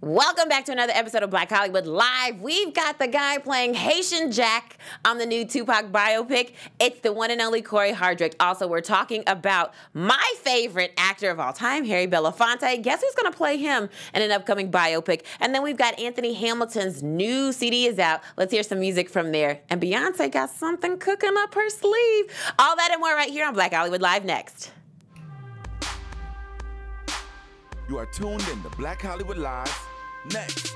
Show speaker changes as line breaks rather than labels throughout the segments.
Welcome back to another episode of Black Hollywood Live. We've got the guy playing Haitian Jack on the new Tupac biopic. It's the one and only Corey Hardrick. Also, we're talking about my favorite actor of all time, Harry Belafonte. Guess who's going to play him in an upcoming biopic? And then we've got Anthony Hamilton's new CD is out. Let's hear some music from there. And Beyonce got something cooking up her sleeve. All that and more right here on Black Hollywood Live next.
You are tuned in to Black Hollywood Live. Next.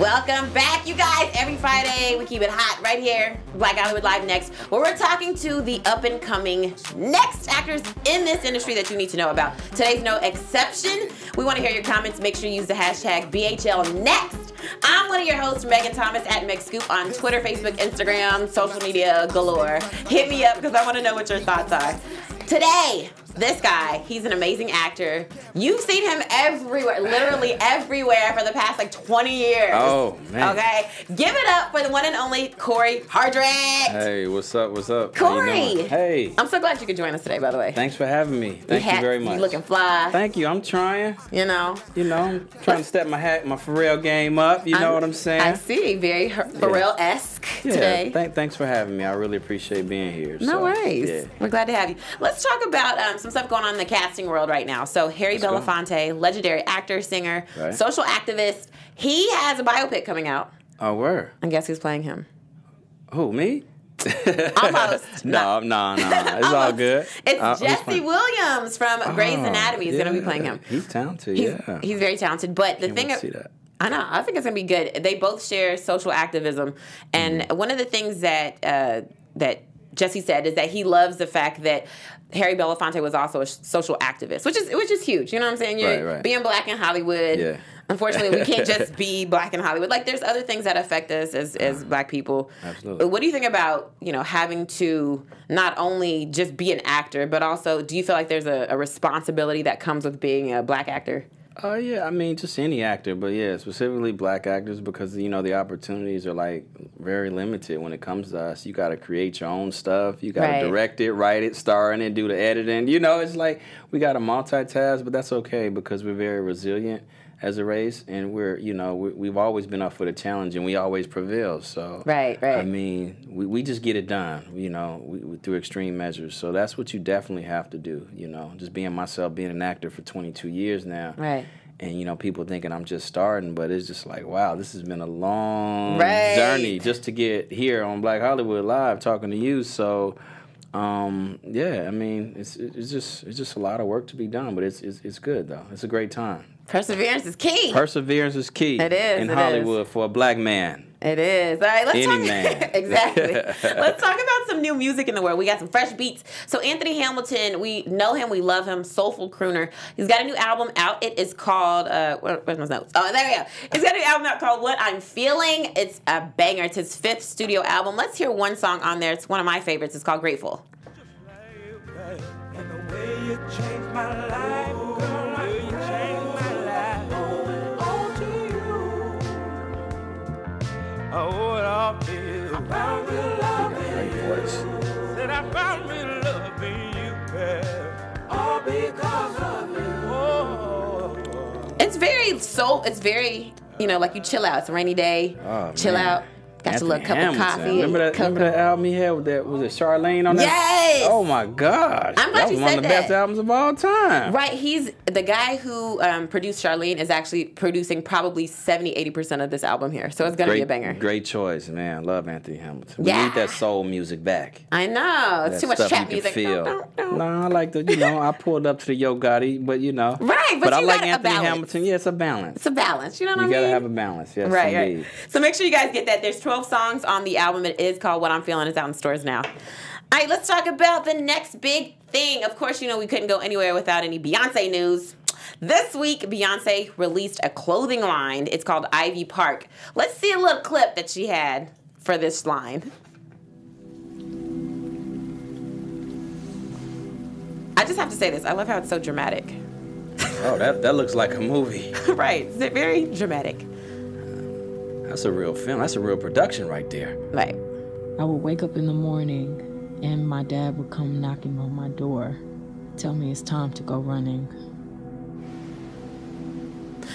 Welcome back, you guys. Every Friday, we keep it hot right here, Black Hollywood Live Next, where we're talking to the up and coming next actors in this industry that you need to know about. Today's no exception. We want to hear your comments. Make sure you use the hashtag BHLNext. I'm one of your hosts, Megan Thomas, at MegScoop on Twitter, Facebook, Instagram, social media galore. Hit me up because I want to know what your thoughts are. Today, this guy, he's an amazing actor. You've seen him everywhere, literally everywhere for the past like 20 years.
Oh, man.
Okay, give it up for the one and only Corey Hardrick.
Hey, what's up? What's up? How you
Corey.
doing? Hey.
I'm so glad you could join us today, by the way.
Thanks for having me. Thank you
hat-
very much.
You looking fly.
Thank you. I'm trying.
you know.
You know, I'm trying to step my hat, my Pharrell game up. You know what I'm saying?
I see, very Har- Pharrell-esque
Yeah.
today.
Thank, thanks for having me. I really appreciate being here.
No
so,
worries.
Yeah.
We're glad to have you. Let's talk about um, some stuff going on in the casting world right now. So Harry
go.
Belafonte, legendary actor, singer,
Right.
social activist, he has a biopic coming out.
Oh, word.
And guess who's playing him?
Who, me?
Almost.
No, no, no. It's all
Almost.
good. Uh,
It's
I- I was
Jesse
playing-
Williams from Grey's
Oh,
Anatomy is going to
yeah.
be playing him.
He's talented,
He's,
yeah.
he's very talented, but the
Can't
thing
wait
of-
to see that.
I know. I think it's gonna be good. They both share social activism, and
Mm-hmm.
one of the things that uh, that Jesse said is that he loves the fact that Harry Belafonte was also a sh- social activist, which is which is huge. You know what I'm saying? You're
Right, right.
being black in Hollywood.
Yeah.
Unfortunately, we can't just be black in Hollywood. Like, there's other things that affect us as, as black people.
Uh-huh. Absolutely.
What do you think about you know having to not only just be an actor, but also do you feel like there's a, a responsibility that comes with being a black actor?
Oh yeah, I mean just any actor, but yeah, specifically black actors because you know the opportunities are like very limited when it comes to us. You got to create your own stuff. You got to
Right.
direct it, write it, star in it, do the editing. You know, it's like we got to multitask, but that's okay because we're very resilient as a race, and we're you know we, we've always been up for the challenge, and we always prevail. So
Right, right.
I mean, we, we just get it done. You know, we, we, through extreme measures. So that's what you definitely have to do. You know, just being myself, being an actor for 22 years now
Right.
and you know people thinking i'm just starting but it's just like wow this has been a long
Right.
journey just to get here on black hollywood live talking to you so um, yeah i mean it's it's just it's just a lot of work to be done but it's it's, it's good though it's a great time
Perseverance is key.
perseverance is key
It is,
in
it is.
hollywood for a black man
It is. All right, let's
Any
talk
man.
exactly. let's talk about some new music in the world. We got some fresh beats. So Anthony Hamilton, we know him, we love him, soulful crooner. He's got a new album out. It is called uh where, where's my notes? Oh, there we go. He's got a new album out called What I'm Feeling. It's a banger. It's his fifth studio album. Let's hear one song on there. It's one of my favorites. It's called Grateful.
And the way you changed my life, girl, I you changed my life. Oh, all to you. I owe it Oh, all to you. I found me loving you. Said I found me loving you, girl. All because of you. Oh.
It's very soul, it's very, you know, like you chill out. It's a rainy day.
Oh,
chill
man.
out. Got
Anthony
your little cup
Hamilton.
of coffee. and
Remember that, remember
cocoa.
that album he had with that was it Charlene on that?
Yes!
Oh my gosh.
I'm glad you
that was one
said
of the
that.
best albums of all time.
Right, he's the guy who um, produced Charlene is actually producing probably 70 80% of this album here. So it's going to
great,
be a banger.
Great choice, man. Love Anthony Hamilton. We
Yeah.
need that soul music back.
I know. It's
That
too much
stuff
trap
you
music.
can Feel.
Dun, dun, dun.
Nah, I like the you know I pulled up to the Yo Gotti, but you know.
Right, but
I
you
like
got a
Anthony
balance.
Hamilton. Yeah, it's a balance.
It's a balance. You know what I
you
mean?
gotta have a balance. Yes,
Right,
indeed.
right. So make sure you guys get that. There's 12 songs on the album. It is called What I'm Feeling. It's out in stores now. All right, let's talk about the next big thing. Of course, you know we couldn't go anywhere without any Beyonce news. This week, Beyonce released a clothing line. It's called Ivy Park. Let's see a little clip that she had for this line. I just have to say this. I love how it's so dramatic.
Oh, that that looks like a movie.
right. It's very dramatic.
That's a real film. That's a real production right there.
Right.
I would wake up in the morning and my dad would come knocking on my door, tell me it's time to go running.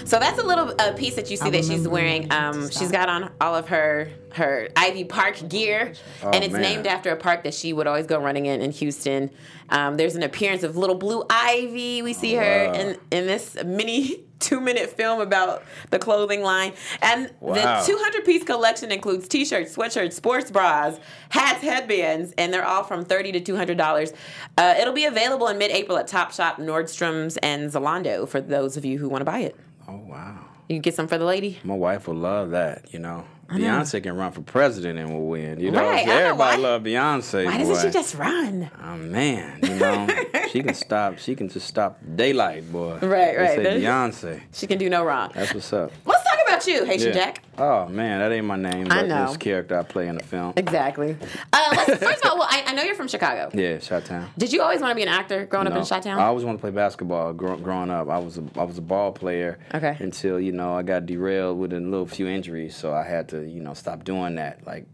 So that's a little uh, piece that you see
I
that she's
remember
wearing.
when I had to
Um, she's
stop.
got on all of her her Ivy Park gear, and it's
Oh, man.
named after a park that she would always go running in in Houston. Um, there's an appearance of little blue Ivy. We see her
Wow.
in in this mini two minute film about the clothing line, and
Wow.
the two hundred piece collection includes t shirts, sweatshirts, sports bras, hats, headbands, and they're all from thirty to two hundred dollars. Uh, it'll be available in mid April at Topshop, Nordstrom's, and Zalando for those of you who want to buy it.
Oh wow.
You can get some for the lady.
My wife will love that, you know. Beyonce can run for president and will win. You know,
Right, I know.
everybody
Why-
love Beyonce.
Why doesn't she
boy.
just run?
Oh man, you know, she can stop. She can just stop daylight, boy.
Right, right.
They say
There's-
Beyonce.
She can do no wrong.
That's what's up.
Let's talk about you, Haitian
Yeah.
Jack.
Oh man, that ain't my name, but
I know.
this character I play in the film.
Exactly. Uh, let's, first of all, well, I, I know you're from Chicago.
Yeah, Shot Town.
Did you always want to be an actor growing up in Chi
I
Town?
always wanted to play basketball grow, growing up. I was a, I was a ball player.
Okay.
Until you know I got derailed with a little few injuries, so I had to you know stop doing that. Like,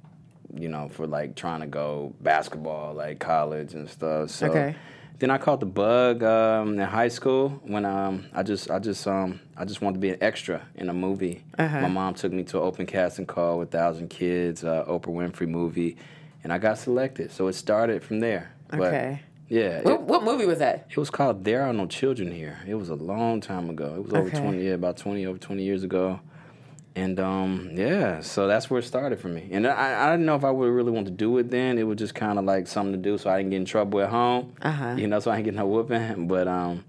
you know, for like trying to go basketball, like college and stuff. So
Okay.
Then I caught the bug um, in high school when um, I just I just um, I just wanted to be an extra in a movie.
Uh-huh.
My mom took me to an open casting call with Thousand Kids, uh, Oprah Winfrey movie, and I got selected. So it started from there. But,
Okay.
Yeah. it-
What, what movie was that?
it was called There Are No Children Here. It was a long time ago. It was over
Okay.
twenty, yeah, about twenty over twenty years ago. And um, yeah, so that's where it started for me. And I, I didn't know if I would really want to do it then. It was just kind of like something to do, so I didn't get in trouble at home.
Uh-huh.
You know, so I didn't get no whooping. But um,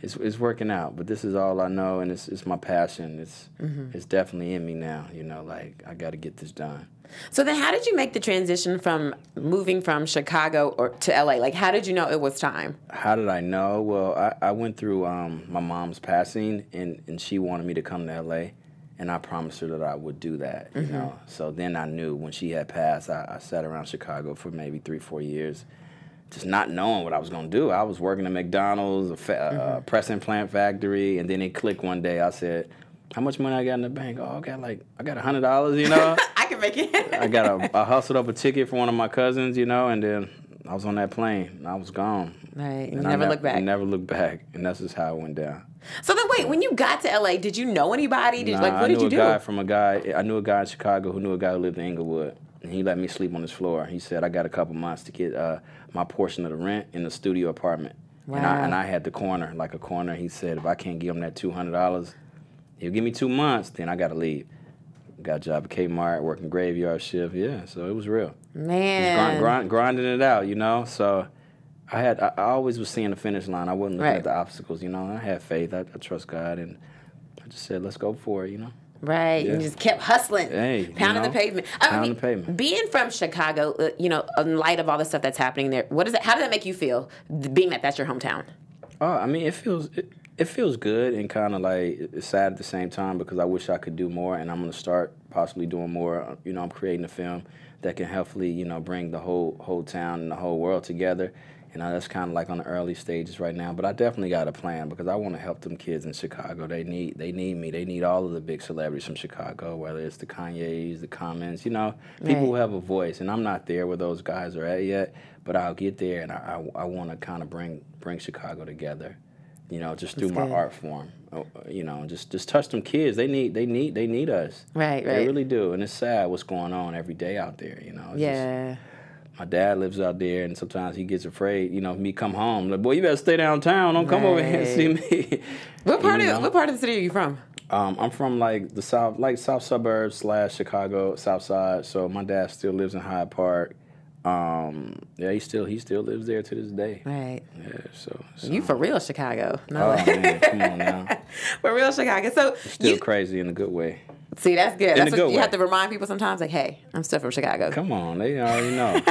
it's it's working out. But this is all I know, and it's it's my passion. It's
Mm-hmm.
it's definitely in me now. You know, like I got to get this done.
So then, how did you make the transition from moving from Chicago or to LA? Like, how did you know it was time?
How did I know? Well, I, I went through um, my mom's passing, and, and she wanted me to come to LA, and I promised her that I would do that. You know, so then I knew when she had passed. I, I sat around Chicago for maybe three, four years, just not knowing what I was gonna do. I was working at McDonald's, a fa- uh, press implant factory, and then it clicked one day. I said, "How much money I got in the bank? Oh, I got like I got a hundred dollars. You know."
I can make it.
I got a, I hustled up a ticket for one of my cousins, you know, and then I was on that plane and I was gone.
Right, you
And I
never
nev-
looked back.
Never looked back, and that's just how it went down.
so then, wait, when you got to LA, did you know anybody? Did,
Nah,
like, what
I
did
knew
you
a
do?
guy from a guy. I knew a guy in Chicago who knew a guy who lived in Inglewood, and he let me sleep on his floor. He said I got a couple months to get uh, my portion of the rent in the studio apartment, and, I,
Wow.
and I had the corner, like a corner. He said if I can't give him that two hundred dollars, he'll give me two months. Then I got to leave. Got a job at Kmart, working graveyard shift. Yeah, so it was real.
Man.
grind, grind, grinding it out, you know. So I had I I always was seeing the finish line. I wasn't looking
Right.
at the obstacles, you know. And I had faith. I, I trust God, and I just said, let's go for it, you know.
Right.
Yeah.
You just kept hustling.
Hey, you
pounding the
know,
pavement.
pounding the pavement.
Being from Chicago, uh, you know, in light of all the stuff that's happening there, what is it? How does that make you feel? th- Being that that's your hometown.
Oh, I mean, it feels it, it feels good and kind of like it's sad at the same time because I wish I could do more, and I'm gonna start possibly doing more. You know, I'm creating a film that can hopefully you know bring the whole whole town and the whole world together. And I- that's kind of like on the early stages right now, but I definitely got a plan because I want to help them kids in Chicago. They need they need me. They need all of the big celebrities from Chicago, whether it's the Kanyes, the Commons, you know, people who
Right.
have a voice. And I'm not there where those guys are at yet, but I'll get there, and I I, I want to kind of bring bring Chicago together you know, just through my
good.
art form. Oh, You know, just just touch them kids. They need they need they need us.
Right,
They
right.
really do, and it's sad what's going on every day out there. You know. It's
Yeah.
Just, my dad lives out there, and sometimes he gets afraid. You know, me come home. Like, boy, you better stay downtown. Don't come over here and see me.
What part
You
of
know?
what part of the city are you from?
Um, I'm from like the south, like south suburbs slash Chicago, south side. So my dad still lives in Hyde Park. Um, yeah, he still he still lives there to this day.
Right.
Yeah, so, so-
You for real Chicago. No.
oh man, come on now,
for real Chicago. So
still
you
crazy in a good way.
see that's good.
a
That's
good
what you
way.
have to remind people sometimes, like, hey, I'm still from Chicago.
Come on, they already know.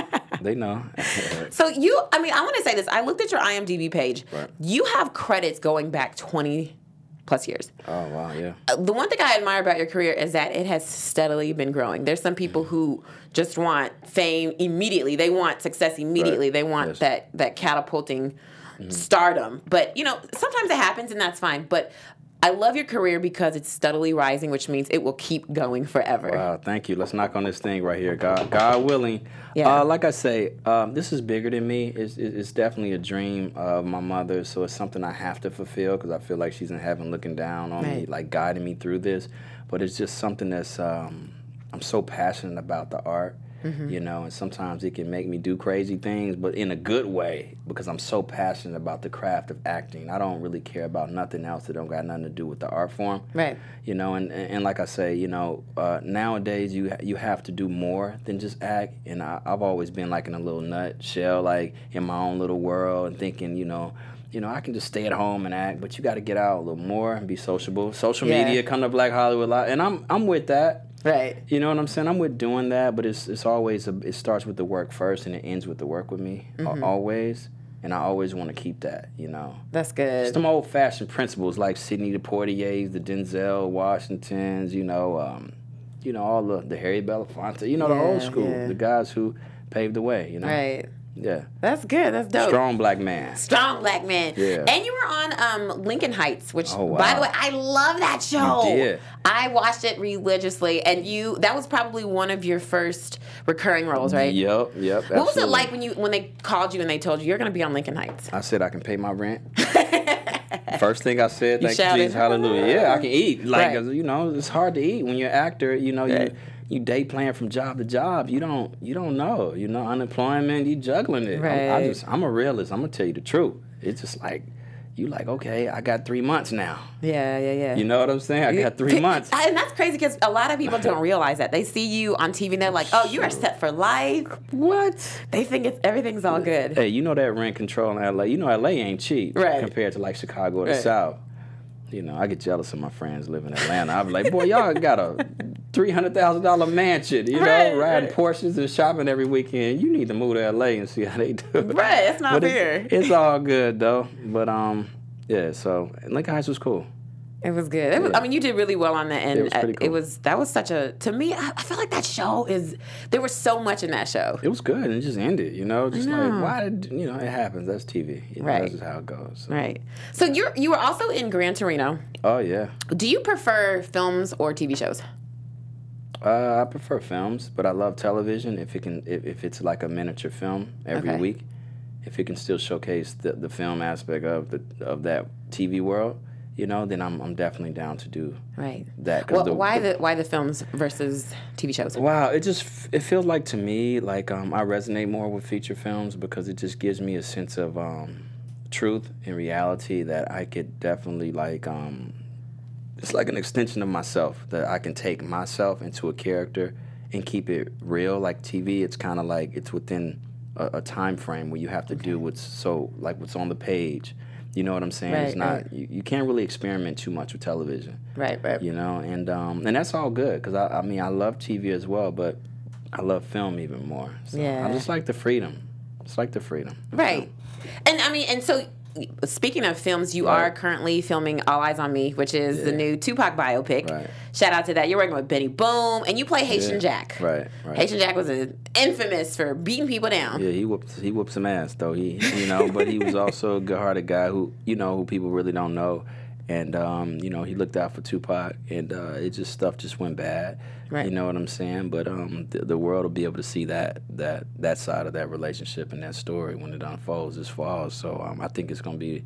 they know.
So you, I mean, I want to say this. I looked at your IMDb page.
Right.
You have credits going back 20 plus years.
oh wow, yeah.
Uh, The one thing I admire about your career is that it has steadily been growing. There's some people
Mm-hmm.
who just want fame immediately. They want success immediately.
Right.
They want
Yes. Mm-hmm.
that that catapulting stardom. But you know, sometimes it happens and that's fine. But I love your career because it's steadily rising, which means it will keep going forever.
Wow, thank you. Let's knock on this thing right here. God, God willing.
Yeah.
Uh, like I say, um, this is bigger than me. It's, it- it's definitely a dream of my mother, so it's something I have to fulfill because I feel like she's in heaven looking down on me,
Right.
like guiding me through this. But it's just something that's um, I'm so passionate about the art.
Mm-hmm.
You know, and sometimes it can make me do crazy things, but in a good way because I'm so passionate about the craft of acting. I don't really care about nothing else that don't got nothing to do with the art form
Right.
you know and, and, and like i say you know uh, nowadays you ha- you have to do more than just act and I, i've always been like in a little nutshell like in my own little world and thinking you know you know i can just stay at home and act but you got to get out a little more and be sociable social
Yeah.
media come to black hollywood live and i'm i'm with that
Right.
you know what I'm saying? I'm with doing that, but it's it's always a, it starts with the work first and it ends with the work with me a- always, and I always want to keep that, you know.
That's good.
Some old fashioned principles like Sidney Poitiers, the Denzel Washingtons, you know, um, you know all the, the Harry Belafonte, you know the old
Yeah,
school,
yeah.
the guys who paved the way, you know.
Right.
Yeah.
That's good. That's dope.
Strong black man.
Strong black man.
Yeah.
And you were on um, Lincoln Heights, which
Oh,
by
wow.
the way, I love that show.
You did.
I watched it religiously and you that was probably one of your first recurring roles, right?
Yep. Yep.
What was it like when you when they called you and they told you you're gonna be on Lincoln Heights?
I said I can pay my rent. First thing I said,
You
thank you,
shouted,
Jesus, hallelujah. Yeah, I can eat. Like
Right.
you know, it's hard to eat when you're an actor. You know,
Right.
you you day plan from job to job. You don't you don't know. You know, unemployment. You juggling it. I'm- I,
Right.
just I'm a realist. I'm gonna tell you the truth. It's just like you like okay, I got three months now.
Yeah, yeah, yeah.
You know what I'm saying? I got three months.
And that's crazy because a lot of people don't realize that. They see you on TV and they're like, oh, you are set for life.
What?
They think it's everything's all good.
Hey, you know that rent control in LA. You know LA ain't cheap
Right.
compared to like Chicago or the
Right.
South. You know, I get jealous of my friends living in Atlanta. I'm like, boy, y'all got a three hundred thousand dollar mansion. You know,
Right,
riding
right.
Porsches and shopping every weekend. You need to move to LA and see how they do. it.
Right, it's not
But
fair.
It's, it's all good though. But um, yeah. So Lincoln Heights was cool.
It was good. It was, I mean, you did really well on that, and
It was pretty
uh,
cool.
it was that was such a to me. I, I feel like that show is there was so much in that show.
It was good and it just ended. You know, just
know.
like why did you know it happens? That's TV. You know,
Right.
That's just how it goes. So-
Right. So you're you were also in Gran Torino.
Oh yeah.
Do you prefer films or TV shows?
Uh, I prefer films, but I love television if it can if, if it's like a miniature film every
Okay.
week. If it can still showcase the, the film aspect of the of that TV world, you know, then I'm I'm definitely down to do
Right.
that. 'cause
Well, why the why the films versus TV shows?
Wow, it just f- it feels like to me like um, I resonate more with feature films because it just gives me a sense of um, truth and reality that I could definitely like. Um, it's like an extension of myself that I can take myself into a character and keep it real. Like TV, it's kind of like it's within a, a time frame where you have to do what's so like what's on the page. You know what I'm saying? it's
Right,
not
right.
you, you can't really experiment too much with television
Right. Right.
you know and um and that's all good because I, I mean i love tv as well but i love film even more so
Yeah.
i just like the freedom it's like the freedom
Right. And I mean, and so speaking of films, you
Right.
are currently filming All Eyes on Me, which is the
Yeah.
new Tupac biopic.
Right.
Shout out to that. You're working with Benny Boom, and you play Haitian
Yeah.
Jack.
Right, right.
Haitian Jack was uh, infamous for beating people down.
yeah he whooped he whooped some ass though he you know but he was also a good-hearted guy who you know who people really don't know and um you know he looked out for tupac and uh it just stuff just went bad
Right.
you know what i'm saying but um the, the world will be able to see that that that side of that relationship and that story when it unfolds this fall so um i think it's gonna be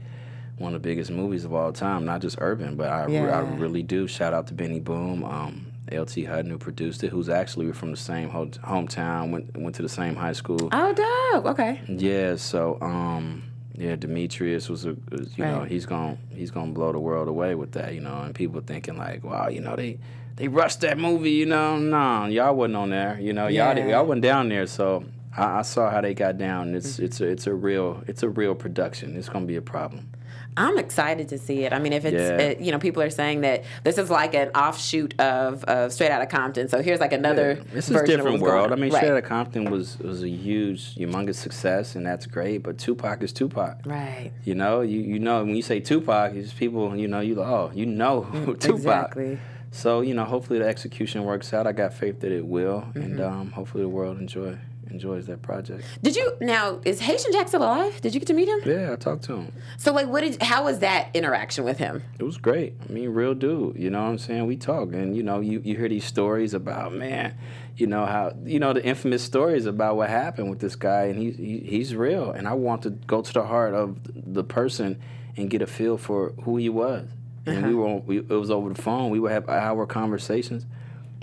one of the biggest movies of all time, not just urban, but I,
Yeah.
I really do. Shout out to Benny Boom, um, LT Hutton, who produced it, who's actually from the same ho- hometown, went went to the same high school.
Oh, dog. Okay.
Yeah, so um, yeah, Demetrius was a was, you know
Right.
he's gonna he's gonna blow the world away with that, you know, and people thinking like, wow, you know they they rushed that movie, you know, no, y'all wasn't on there, you know, y'all did,
Yeah.
y'all wasn't down there, so. I I saw how they got down. It's
Mm-hmm.
it's a it's a real it's a real production. It's gonna be a problem.
I'm excited to see it. I mean, if it's,
Yeah.
it, you know, people are saying that this is like an offshoot of, of Straight Outta Compton. So here's like another.
Yeah, This is
version of
different
what's going
world. I
on.
mean,
right.
Straight Outta Compton was was a huge, humongous success, and that's great. But Tupac is Tupac.
Right.
You know, you you know when you say Tupac, it's people. You know, you like, oh, you know who Tupac.
exactly.
So you know, hopefully the execution works out. I got faith that it will, and um, hopefully the world enjoy enjoy enjoys that project.
Did you now? Is Haitian Jack still alive? Did you get to meet him?
Yeah, I talked to him.
So like, what did? How was that interaction with him?
It was great. I mean, real dude. You know what I'm saying? We talk, and you know, you, you hear these stories about man, you know how you know the infamous stories about what happened with this guy, and he, he he's real. And I want to go to the heart of the person and get a feel for who he was. And we were on, we, it was over the phone. We would have hour conversations,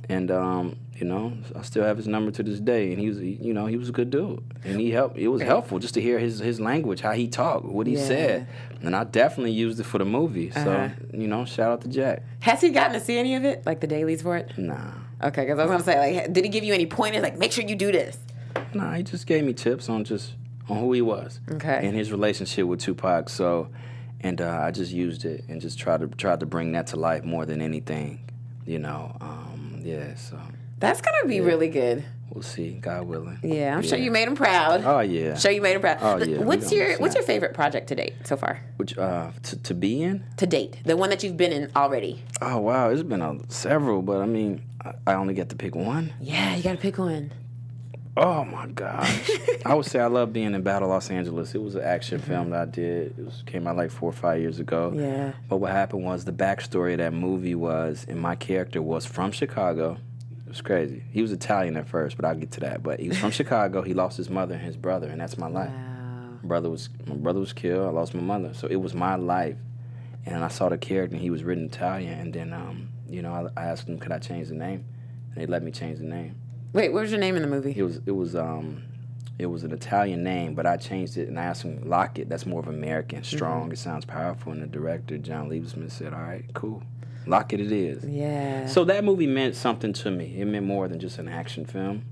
and um, you know, I still have his number to this day. And he was you know he was a good dude, and he helped. It was helpful just to hear his his language, how he talked, what he
Yeah.
said. And I definitely used it for the movie. So,
Uh-huh.
you know, shout out to Jack.
Has he gotten to see any of it? Like the dailies for it?
Nah.
Okay, because I was gonna say, like, did he give you any pointers? Like, make sure you do this.
Nah, he just gave me tips on just on who he was.
Okay.
And his relationship with Tupac. So and uh, I just used it and just tried to tried to bring that to life more than anything. You know. Um, yeah, so
That's gonna be really good.
we'll see, God willing.
Yeah, I'm sure you made him proud.
Oh yeah.
Sure, you made him proud.
Oh, yeah, we
what's
don't
your What's
snap.
your favorite project to date so far?
Which uh to, to be in?
To date, the one that you've been in already.
Oh wow, it's been a, several, but I mean I, I only get to pick one.
Yeah, you gotta pick one.
Oh my gosh. I would say I love being in Battle Los Angeles. It was an action film that I did. It was, came out like four or five years ago.
Yeah.
But what happened was the backstory of that movie was, and my character was from Chicago. It was crazy. He was Italian at first, but I'll get to that. But he was from Chicago. He lost his mother and his brother, and that's my life. My brother was my brother was killed. I lost my mother, so it was my life. And I saw the character, and he was written Italian. And then, um, you know, I, I asked him, could I change the name? And they let me change the name
Wait, what was your name in the movie?
it was it was um it was an Italian name, but I changed it and I asked him Lockett. That's more of American, strong. It sounds powerful. And the director John Liebesman said, "All right, cool, Lockett it is."
Yeah.
So that movie meant something to me. It meant more than just an action film.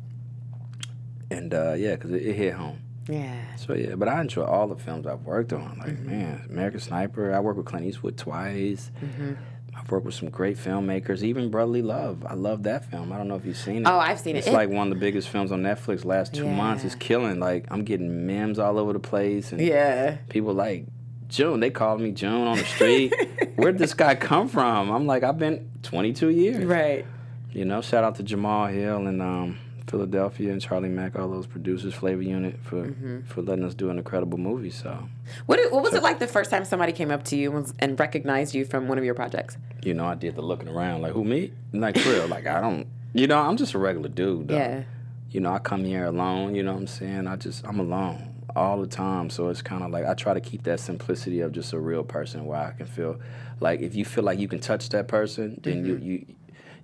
And uh, yeah, because it, it hit home.
yeah.
So yeah, but I enjoy all the films I've worked on. Like
Mm-hmm.
man, American Sniper. I worked with Clint Eastwood twice.
Mm-hmm.
I've worked with some great filmmakers, even Brotherly Love. I love that film. I don't know if you've seen it.
Oh, I've seen it.
It's
It-
like one of the biggest films on Netflix last two months. It's
Yeah.
killing. Like I'm getting memes all over the place, and
Yeah.
people like June. They called me June on the street. Where'd this guy come from? I'm like, I've been 22 years.
Right.
You know, shout out to Jamal Hill and um, Philadelphia and Charlie Mack, all those producers, Flavor Unit for for letting us do an incredible movie. So,
What did- What was it like the first time somebody came up to you and- and recognized you from one of your projects?
you know, I did the looking around like, who me? Like for real, like I don't. You know, I'm just a regular dude. Though.
Yeah.
You know, I come here alone. You know what I'm saying? I just I'm alone all the time. So it's kind of like I try to keep that simplicity of just a real person where I can feel like if you feel like you can touch that person, then you you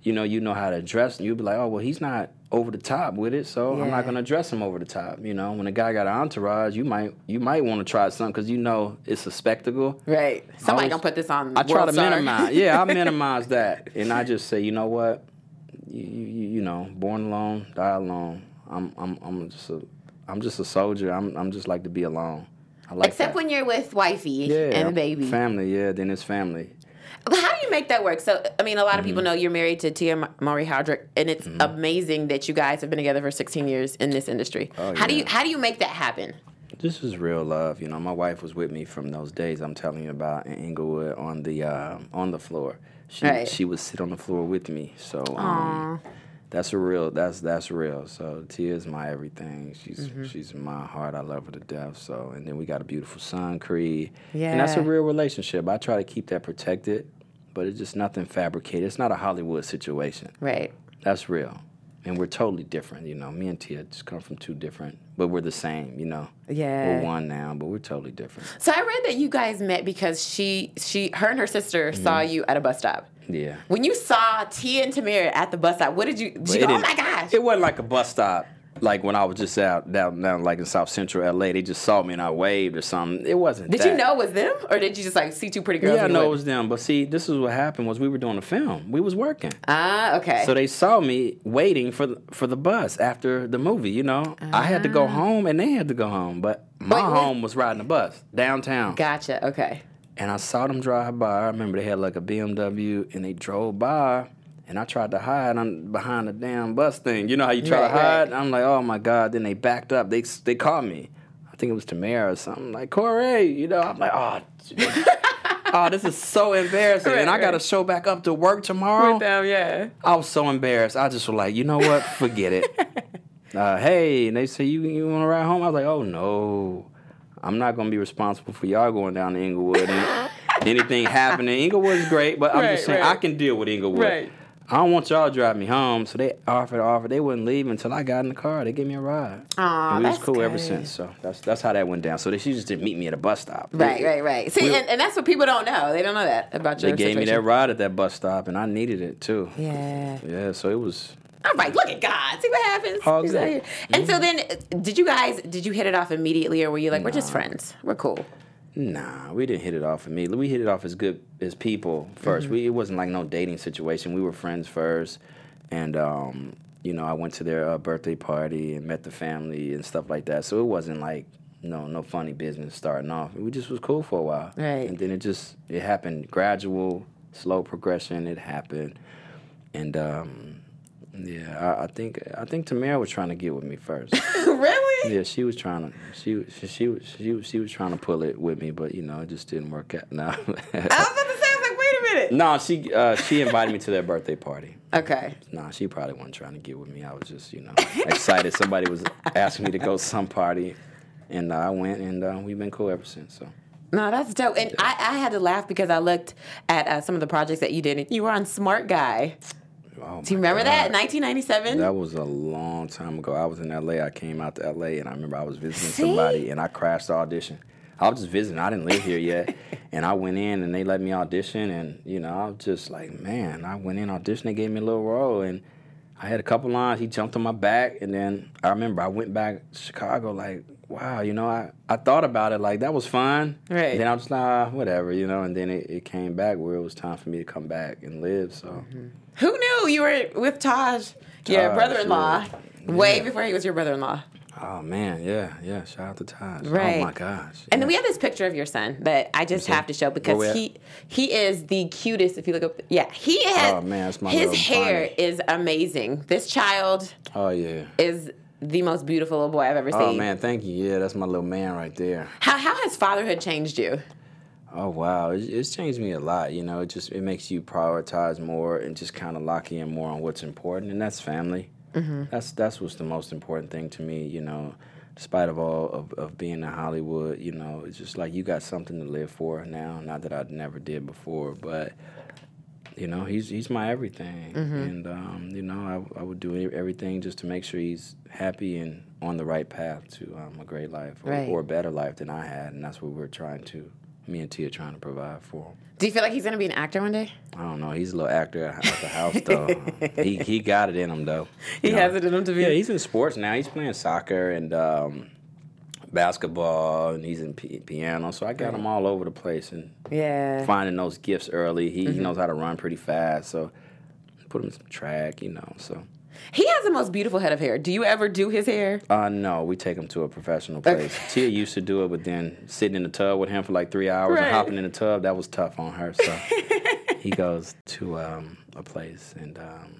you know you know how to address. You'll be like, oh well, he's not over the top with it, so I'm
Yeah.
not gonna address him over the top. You know, when a guy got an entourage, you might you might want to try something because you know it's a spectacle.
Right. Somebody
always-
gonna put this on.
I try
World
to
Star.
minimize. Yeah, I minimize that, and I just say, you know what, you, you, you know, born alone, die alone. I'm I'm I'm just a I'm just a soldier. I'm I'm just like to be alone. I like
Except
that.
when you're with wifey and the baby.
family. Yeah, then it's family.
But How do you make that work? So, I mean, a lot of
Mm-hmm.
people know you're married to Tia Ma- Maury Hardrick, and it's amazing that you guys have been together for 16 years in this industry. how do
Oh, yeah.
you how do you make that happen?
This is real love. You know, my wife was with me from those days I'm telling you about in Inglewood on the uh, on the floor. She
Right.
she would sit on the floor with me. So um, that's a real that's that's real. So Tia is my everything. She's
Mm-hmm.
she's my heart. I love her to death. So and then we got a beautiful son, Creed. And that's a
Yeah.
real relationship. I try to keep that protected, but it's just nothing fabricated. It's not a Hollywood situation.
Right.
That's real. And we're totally different, you know. Me and Tia just come from two different, but we're the same, you know.
Yeah.
We're one now, but we're totally different.
So I read that you guys met because she she her and her sister
Mm-hmm.
saw you at a bus stop.
Yeah.
When you saw Tia and Tamir at the bus stop, what did you? Did you
It
go, oh
didn't-
my gosh!
It wasn't like a bus stop. Like when I was just out down down like in South Central LA, they just saw me and I waved or something. It wasn't.
did
that.
you know it was them, or did you just like see two pretty girls?
Yeah, I
and you
know it
went,
was them. But see, this is what happened was we were doing a film. We was working.
Ah, okay.
So they saw me waiting for the, for the bus after the movie. You know, I had to
Ah.
go home and they had to go home, but my
Wait, what-
home was riding the bus downtown.
gotcha. Okay.
and I saw them drive by. I remember they had like a BMW, and they drove by, and I tried to hide on, behind the damn bus thing. You know how you try
Right,
to
right.
hide? I'm like, oh my god. Then they backed up. They they caught me. I think it was Tamara or something like Corey. You know, I'm like, oh. shit. Oh, this is so embarrassing. and I
Right,
got to
right.
show back up to work tomorrow.
them, yeah.
I was so embarrassed. I just was like, you know what? Forget it. uh, hey, and they say you you want to ride home? I was like, oh no, I'm not gonna be responsible for y'all going down to Inglewood and anything happening. Inglewood is great, but I'm
Right,
just saying
right.
I can deal with Inglewood.
Right.
I don't want y'all to drive me home, so they offered, offered. They wouldn't leave until I got in the car. They gave me a ride.
Aw,
and we was
that's
cool ever
good.
since. So that's that's how that went down. So they, she just didn't meet me at a bus stop.
Right,
They-
right, right. See, and, and that's what people don't know. They don't know that about
They
your
gave me that
situation.
ride at that bus stop, and I needed it too.
Yeah.
Yeah, so it was
All right, look at God. See what happens.
All
He's
good.
out here. And so then,
Mm-hmm.
uh, did you guys did you hit it off immediately, or were you like, we're just friends, we're cool?
Nah, we didn't hit it off. Me, we hit it off as good as people 1st We it wasn't like no dating situation. We were friends first, and um, you know, I went to their uh, birthday party and met the family and stuff like that. So it wasn't like no no funny business starting off. We just was cool for a while,
Right.
And then it just it happened gradual, slow progression. It happened, and um, yeah, I, I think I think Tamara was trying to get with me first.
really?
Yeah, she was trying to. She she she was she, was- she was trying to pull it with me, but you know, it just didn't work out. No,
I was about to say, I was like, wait a minute.
no, she uh, she invited me to their birthday party.
Okay.
Nah, she probably wasn't trying to get with me. I was just you know excited. Somebody was asking me to go to some party, and I went, and uh, we've been cool ever since. So
No, that's dope. And I, I had to laugh because I looked at uh, some of the projects that you did, and you were on Smart Guy.
Oh
Do you
my
remember that?
God.
1997.
That was a long time ago. I was in LA. I came out to LA and I remember I was visiting
See?
somebody and I crashed the audition. I was just visiting. I didn't live here yet. and I went in and they let me audition and you know, I was just like, man, I went in audition, they gave me a little role and I had a couple lines. He jumped on my back and then I remember I went back to Chicago like, wow, you know, I, I thought about it like that was fun.
Right.
And then I was like, ah, whatever, you know, and then it, it came back where it was time for me to come back and live. So
Mm-hmm. Who knew you were with Taj, your
Taj,
brother-in-law,
yeah.
way
Yeah.
before he was your brother-in-law?
Oh man, yeah, yeah. Shout out to Taj.
Right.
Oh my gosh.
And then we have this picture of your son that I just have to show
Where
because
we
he he is the cutest. If you look up, yeah, he has.
Oh, man, that's my
his
little
hair
Bonnie.
is amazing. This child
Oh yeah.
is the most beautiful little boy I've ever
Oh
seen.
man, thank you. Yeah, that's my little man right there.
How how has fatherhood changed you?
Oh wow, it's, it's changed me a lot. You know, it just it makes you prioritize more and just kind of lock in more on what's important, and that's family.
Mm-hmm.
That's that's what's the most important thing to me. You know, despite of all of, of being in Hollywood, you know, it's just like you got something to live for now. Not that I never did before, but you know, he's he's my everything,
Mm-hmm.
and um, you know, I, I would do e- everything just to make sure he's happy and on the right path to um, a great life or,
Right.
or a better life than I had, and that's what we're trying to. Me and Tia trying to provide for him.
Do you feel like he's gonna be an actor one day?
I don't know. He's a little actor at at the house though. he he got it in him though.
He
You know,
has it in him to be.
yeah, he's in sports now. He's playing soccer and um, basketball, and he's in p- piano. So I got him all over the place and
yeah.
finding those gifts early. He,
Mm-hmm.
he knows how to run pretty fast. So put him in some track, you know. So
He has the most beautiful head of hair. Do you ever do his hair?
uh, no, we take him to a professional place. Tia used to do it, but then sitting in the tub with him for like three hours
Right.
and hopping in the tub that was tough on her. So he goes to um, a place and. Um,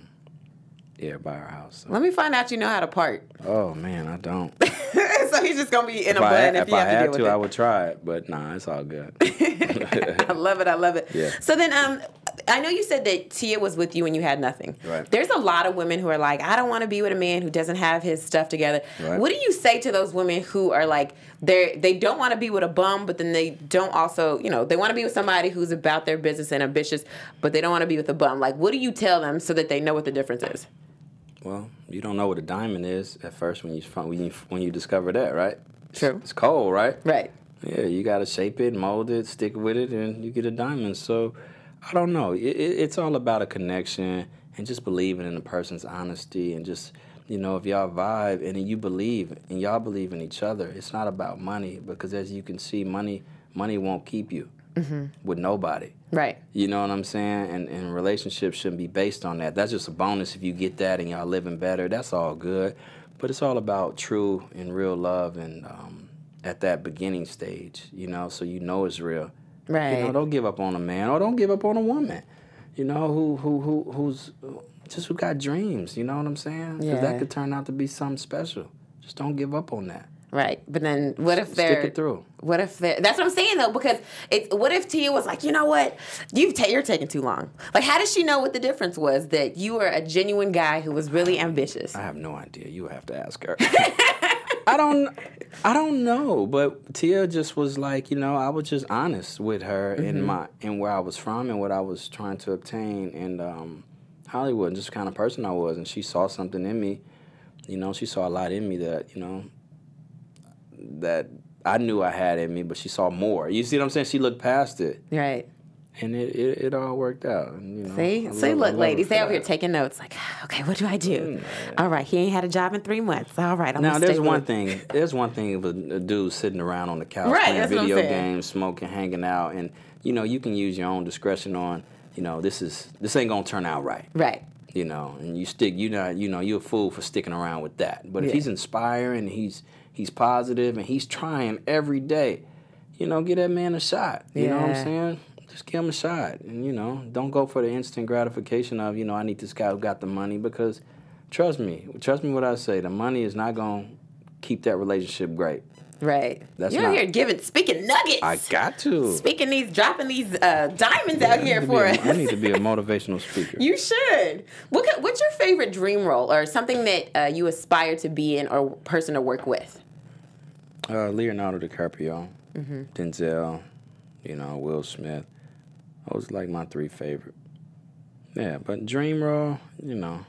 yeah, by our house. So-
Let me find out you know how to part.
Oh man, I don't.
so he's just gonna be in a
if I,
bun
had,
if
if
you
I
have to deal
had
with
to,
it.
I would try it, but nah, it's all good.
I love it. I love it.
Yeah.
So then, um, I know you said that Tia was with you when you had nothing.
Right.
There's a lot of women who are like, I don't want to be with a man who doesn't have his stuff together.
Right.
What do you say to those women who are like, they they don't want to be with a bum, but then they don't also, you know, they want to be with somebody who's about their business and ambitious, but they don't want to be with a bum. Like, what do you tell them so that they know what the difference is?
Well, you don't know what a diamond is at first when you find, when you when you discover that, right?
True.
It's cold, right?
Right.
Yeah, you gotta shape it, mold it, stick with it, and you get a diamond. So, I don't know. It, it, it's all about a connection and just believing in the person's honesty and just you know if y'all vibe and you believe and y'all believe in each other. It's not about money because as you can see, money money won't keep you with nobody.
Right.
You know what I'm saying? And and relationships shouldn't be based on that. That's just a bonus if you get that and y'all living better. That's all good. But it's all about true and real love and um, at that beginning stage, you know, so you know it's real. You know,
Right.
don't give up on a man or don't give up on a woman. You know, who who who who's just who got dreams, you know what I'm saying? 'Cause
Yeah.
that could turn out to be something special. Just don't give up on that.
Right, but then what if they're
it through.
What if they're? That's what I'm saying though, because it's what if Tia was like, you know what, you've ta- you're taking too long. Like, how does she know what the difference was that you were a genuine guy who was really ambitious?
I have no idea. You have to ask her. I don't I don't know, but Tia just was like, you know, I was just honest with her
Mm-hmm.
in my and where I was from and what I was trying to obtain and um Hollywood and just the kind of person I was and she saw something in me. You know, she saw a lot in me that, you know, that I knew I had in me, but she saw more. You see what I'm saying? She looked past it.
Right.
And it, it, it all worked out. And, you know,
See,
I
see,
love- I love
look,
her
ladies,
for
they over
that.
here taking notes. Like, okay, what do I do? All right, he ain't had a job in three months. All right, I'm
Now
gonna
there's
stick with
one
it.
thing. There's one thing of a, a dude sitting around on the couch
Right,
playing
that's what I'm
video
saying.
games, smoking, hanging out, and you know you can use your own discretion on. You know this is this ain't gonna turn out right.
Right.
You know, and you stick. You not. You know you're a fool for sticking around with that. But if
Yeah.
he's inspiring, he's he's positive, and he's trying every day. You know, give that man a shot. You know what I'm
Yeah.
saying? Just give him a shot, and you know, don't go for the instant gratification of you know I need this guy who got the money because, trust me, trust me what I say. The money is not gonna keep that relationship great.
Right.
That's
You're out
not-
here giving speaking nuggets.
I got to.
speaking these, dropping these uh, diamonds out
I
here
need to
for
be a-
us.
I need to be a motivational speaker.
You should. What could, what's your favorite dream role or something that uh, you aspire to be in or person to work with?
Uh, Leonardo DiCaprio, Denzel, you know, Will Smith. Those like my three favorite. Yeah, but Dream Role, you know,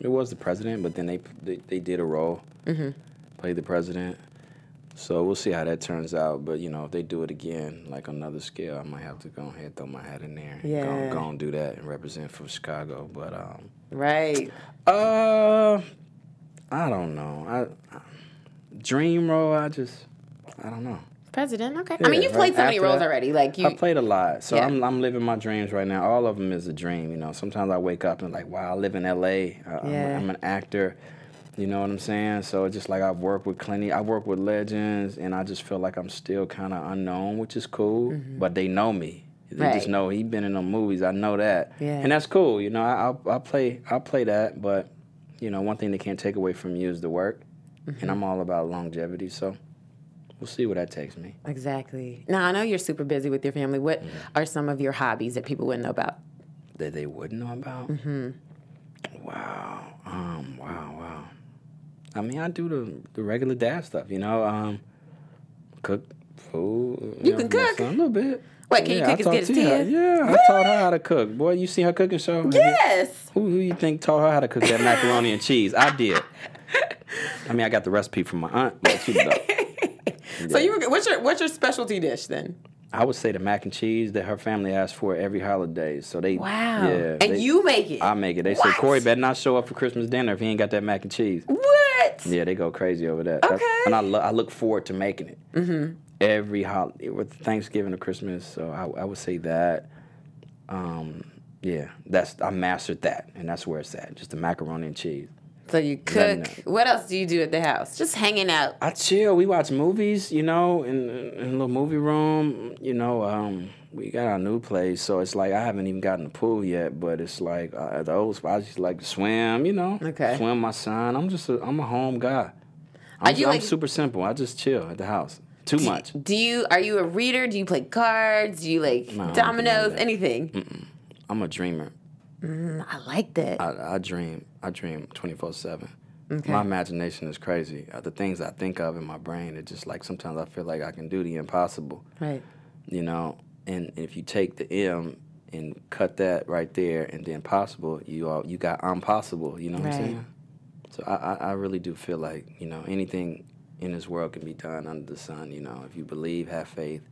it was the president, but then they they, they did a role, played the president. So we'll see how that turns out. But you know, if they do it again, like another scale, I might have to go ahead throw my hat in there.
Yeah.
Go, go and do that and represent for Chicago. But um,
Right.
uh, I don't know. I, I Dream Role, I just, I don't know.
President. Okay. I mean,
Yeah,
you've played
right
so many
after
roles
that.
already. Like you.
I played a lot, so
Yeah.
I'm I'm living my dreams right now. All of them is a dream, you know. Sometimes I wake up and like, wow, I live in L.A. I, I'm-
Yeah.
I'm, an actor, you know what I'm saying. So it's just like I've worked with Clint, East- I work with legends, and I just feel like I'm still kind of unknown, which is cool. But they know me. They
Mm-hmm. Right.
just know he been in them movies. I know that,
Yeah.
and that's cool. You know, I I, I play I play that, but you know, one thing they can't take away from you is the work,
Mm-hmm.
and I'm all about longevity. So we'll see where that takes me.
exactly. Now I know you're super busy with your family. What are some of your hobbies that people wouldn't know about?
that they wouldn't know about? Mm-hmm. Wow. Um, wow, wow. I mean, I do the, the regular dad stuff, you know, um, cook food. You,
can
know, my
cook?
son, A little bit.
Wait, can you
Yeah,
cook as
I
good as
taught
Tia?
Tia- Yeah, I taught her how to cook. Boy, you see her cooking show? Have you-
Yes.
Who, who you think taught her how to cook that macaroni and cheese? I did. I mean, I got the recipe from my aunt, but you know.
So you. Were, what's your What's your specialty dish then?
I would say the mac and cheese that her family asks for every holiday. So they
Wow.
yeah,
and
they-
you make it.
I make it. They
What?
said Corey better not show up for Christmas dinner if he ain't got that mac and cheese.
What?
Yeah, they go crazy over that.
Okay.
and I, lo- I look forward to making it. Mm-hmm. Every holiday, with Thanksgiving or Christmas. So I, I would say that. Um, yeah, that's I mastered that, and that's where it's at. Just the macaroni and cheese.
So you
Let me
cook. What else do you do at the house? Just hanging out.
I chill. We watch movies, you know, in in a little movie room. You know, um, we got our new place, so it's like I haven't even gotten the pool yet. But it's like uh, at the old spot, I just like to swim. You know,
Okay.
swim my son. I'm just a, I'm a home guy. I'm,
you
I'm
like-
super simple. I just chill at the house. Too much.
Do you are you a reader? Do you play cards? Do you like
No, I don't do none of
dominoes?
that.
Anything?
I'm a dreamer.
I like that.
I, I dream. I dream 24 seven. My imagination is crazy. Uh, The things I think of in my brain, it just like sometimes I feel like I can do the impossible.
right.
you know and if you take the m and cut that right there and then possible you all you got impossible you know what i'm
Right.
saying so I, I i really do feel like you know anything in this world can be done under the sun you know if you believe have faith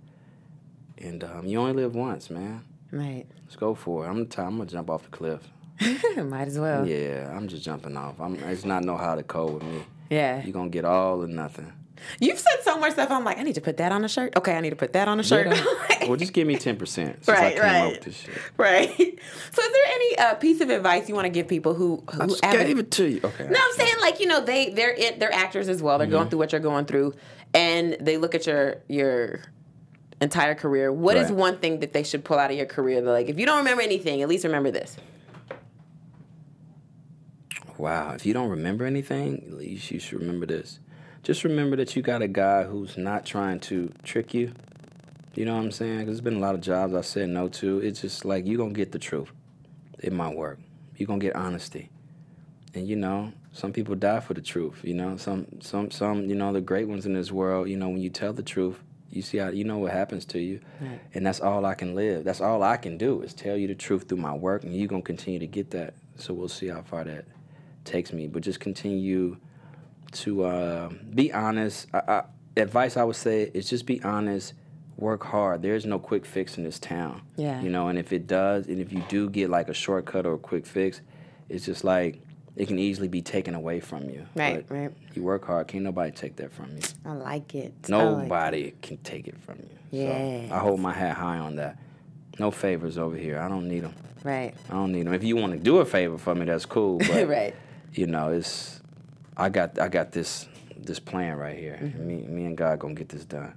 and um, you only live once man
Right.
let's go for it i'm t- i'm gonna jump off the cliff
Might as well. Yeah.
yeah i'm just jumping off i'm it's not no how to code with me you're gonna get all or nothing
You've said so much stuff. I'm like, I need to put that on a shirt. Okay, I need to put that on a shirt.
well just give me 10% since I
Right,
came up
right.
with this shit
right. So, is there any uh, piece of advice you want to give people who who
I just
advocate-
gave it to you okay
No, I'm saying like you know they they're it, they're actors as well. They're going
Mm-hmm.
through what you're going through, and they look at your your entire career. What is
Right.
one thing that they should pull out of your career? They're like, if you don't remember anything, at least remember this.
Wow, if you don't remember anything, at least you should remember this. just remember that you got a guy who's not trying to trick you. You know what I'm saying? 'Cause there's been a lot of jobs I said no to. It's just like you gonna get the truth. It might work. You gonna get honesty. And you know, some people die for the truth. You know, some some some. You know, the great ones in this world. You know, when you tell the truth, you see how you know what happens to you. And that's all I can live. That's all I can do is tell you the truth through my work, and you gonna continue to get that. So we'll see how far that takes me. But just continue to uh, be honest. I, I, advice I would say is just be honest, work hard. There's no quick fix in this town.
Yeah.
You know, and if it does, and if you do get like a shortcut or a quick fix, it's just like it can easily be taken away from you.
Right,
But
right.
You work hard. Can't nobody take that from you.
I like it. I like it.
Nobody can take it from you.
Yes.
So I hold my hat high on that. No favors over here. I don't need them.
Right.
I don't need them. If you want to do a favor for me, that's cool. But
Right.
You know, it's I got I got this this plan right here.
Mm-hmm.
Me me and God gonna get this done.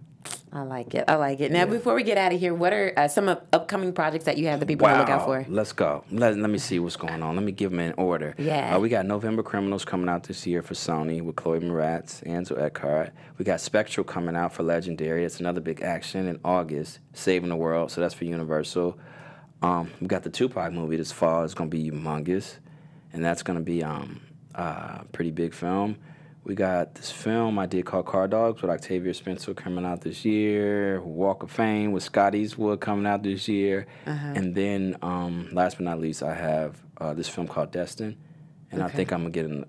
I like it. I like it. Now, before we get out of here, what are uh, some of upcoming projects that you have that people to look out for?
Let's go. Let, let me see what's going on. Let me give them an order.
Yeah.
Uh, we got November Criminals coming out this year for Sony with Chloe Moretz, Ansel Eckhart. We got Spectral coming out for Legendary. It's another big action in August, Saving the World. So that's for Universal. Um, we got the Tupac movie this fall. It's going to be humongous. And that's going to be um, a pretty big film. We got this film I did called Car Dogs with Octavia Spencer coming out this year. Walk of Fame with Scott Eastwood coming out this year. And then, um, last but not least, I have uh, this film called Destin. And I think I'm going to get an.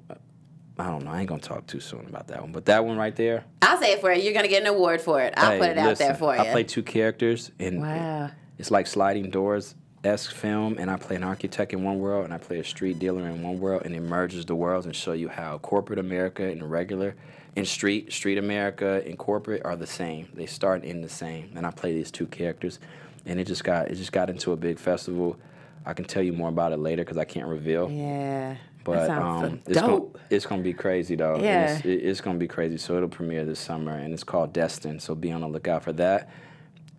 I don't know. I ain't going to talk too soon about that one. But that one right there.
I'll say it for you. You're gonna get an award for it. I'll
hey,
put it out there
listen,
for you.
I play two characters. And
wow.
it's like sliding doors esque film, and I play an architect in one world, and I play a street dealer in one world, and it merges the worlds and show you how corporate America and regular, and street street America and corporate are the same. They start in the same, and I play these two characters, and it just got it just got into a big festival. I can tell you more about it later because I can't reveal.
Yeah. that
But
sounds
um, it's, gonna,
dope.
it's gonna be crazy though. And It's,
Yeah.
it- it's gonna be crazy. So it'll premiere this summer, and it's called Destin. So be on the lookout for that.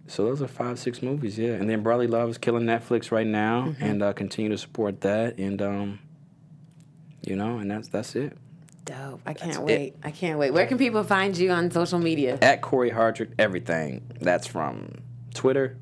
So those are five, six movies, yeah. And then Broadly Love is killing Netflix right now,
Mm-hmm.
and uh, continue to support that. And um, you know, and that's that's it.
dope. I can't
it.
wait. I can't wait. Where can people find you on social media?
At Corey Hardrick, everything. That's from Twitter,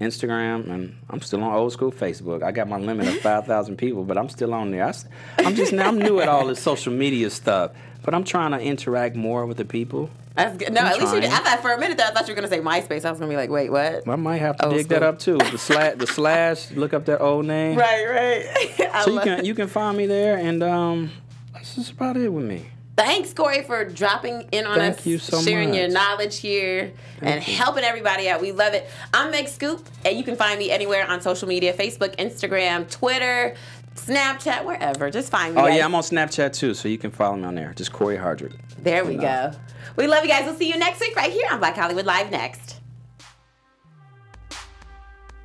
Instagram, and I'm still on old school Facebook. I got my limit of 5,000 people, but I'm still on there. I, am just now, I'm new at all this social media stuff, but I'm trying to interact more with the people.
That's good. No, at least you did. I
trying.
thought for a minute there, I thought you were gonna say MySpace. I was gonna be like, wait, what?
I might have to
Old
dig that
school.
up too. The slash, the slash, look up that old name.
Right, right. I
So you
love
can you can find me there, and um, that's just about it with me.
Thanks, Corey, for dropping in on
Thank
us,
you so
sharing your
much.
knowledge here, and helping everybody out. We love it. I'm Meg Scoop, and you can find me anywhere on social media Facebook, Instagram, Twitter, Snapchat, wherever. Just find me.
Oh
guys.
yeah, I'm on Snapchat too, so you can follow me on there. Just Corey Hardrick.
There we go.
Enough.
We love you guys. We'll see you next week right here on Black Hollywood Live Next.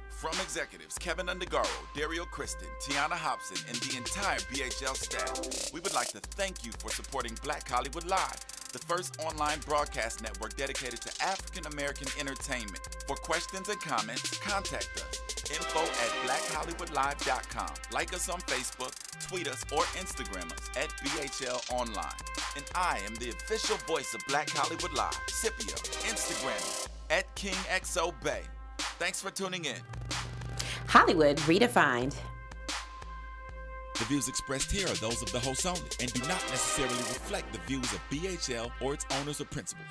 From executives Kevin Undergaro, Dario Kristen, Tiana Hobson, and the entire BHL staff, we would like to thank you for supporting Black Hollywood Live, the first online broadcast network dedicated to African American entertainment. For questions and comments, contact us. Info at blackhollywoodlive.com. Like us on Facebook, tweet us, or Instagram us at BHL Online. And I am the official voice of Black Hollywood Live, Scipio, Instagram me at King XO Bay. Thanks for tuning in.
Hollywood redefined.
The views expressed here are those of the host only and do not necessarily reflect the views of BHL or its owners or principals.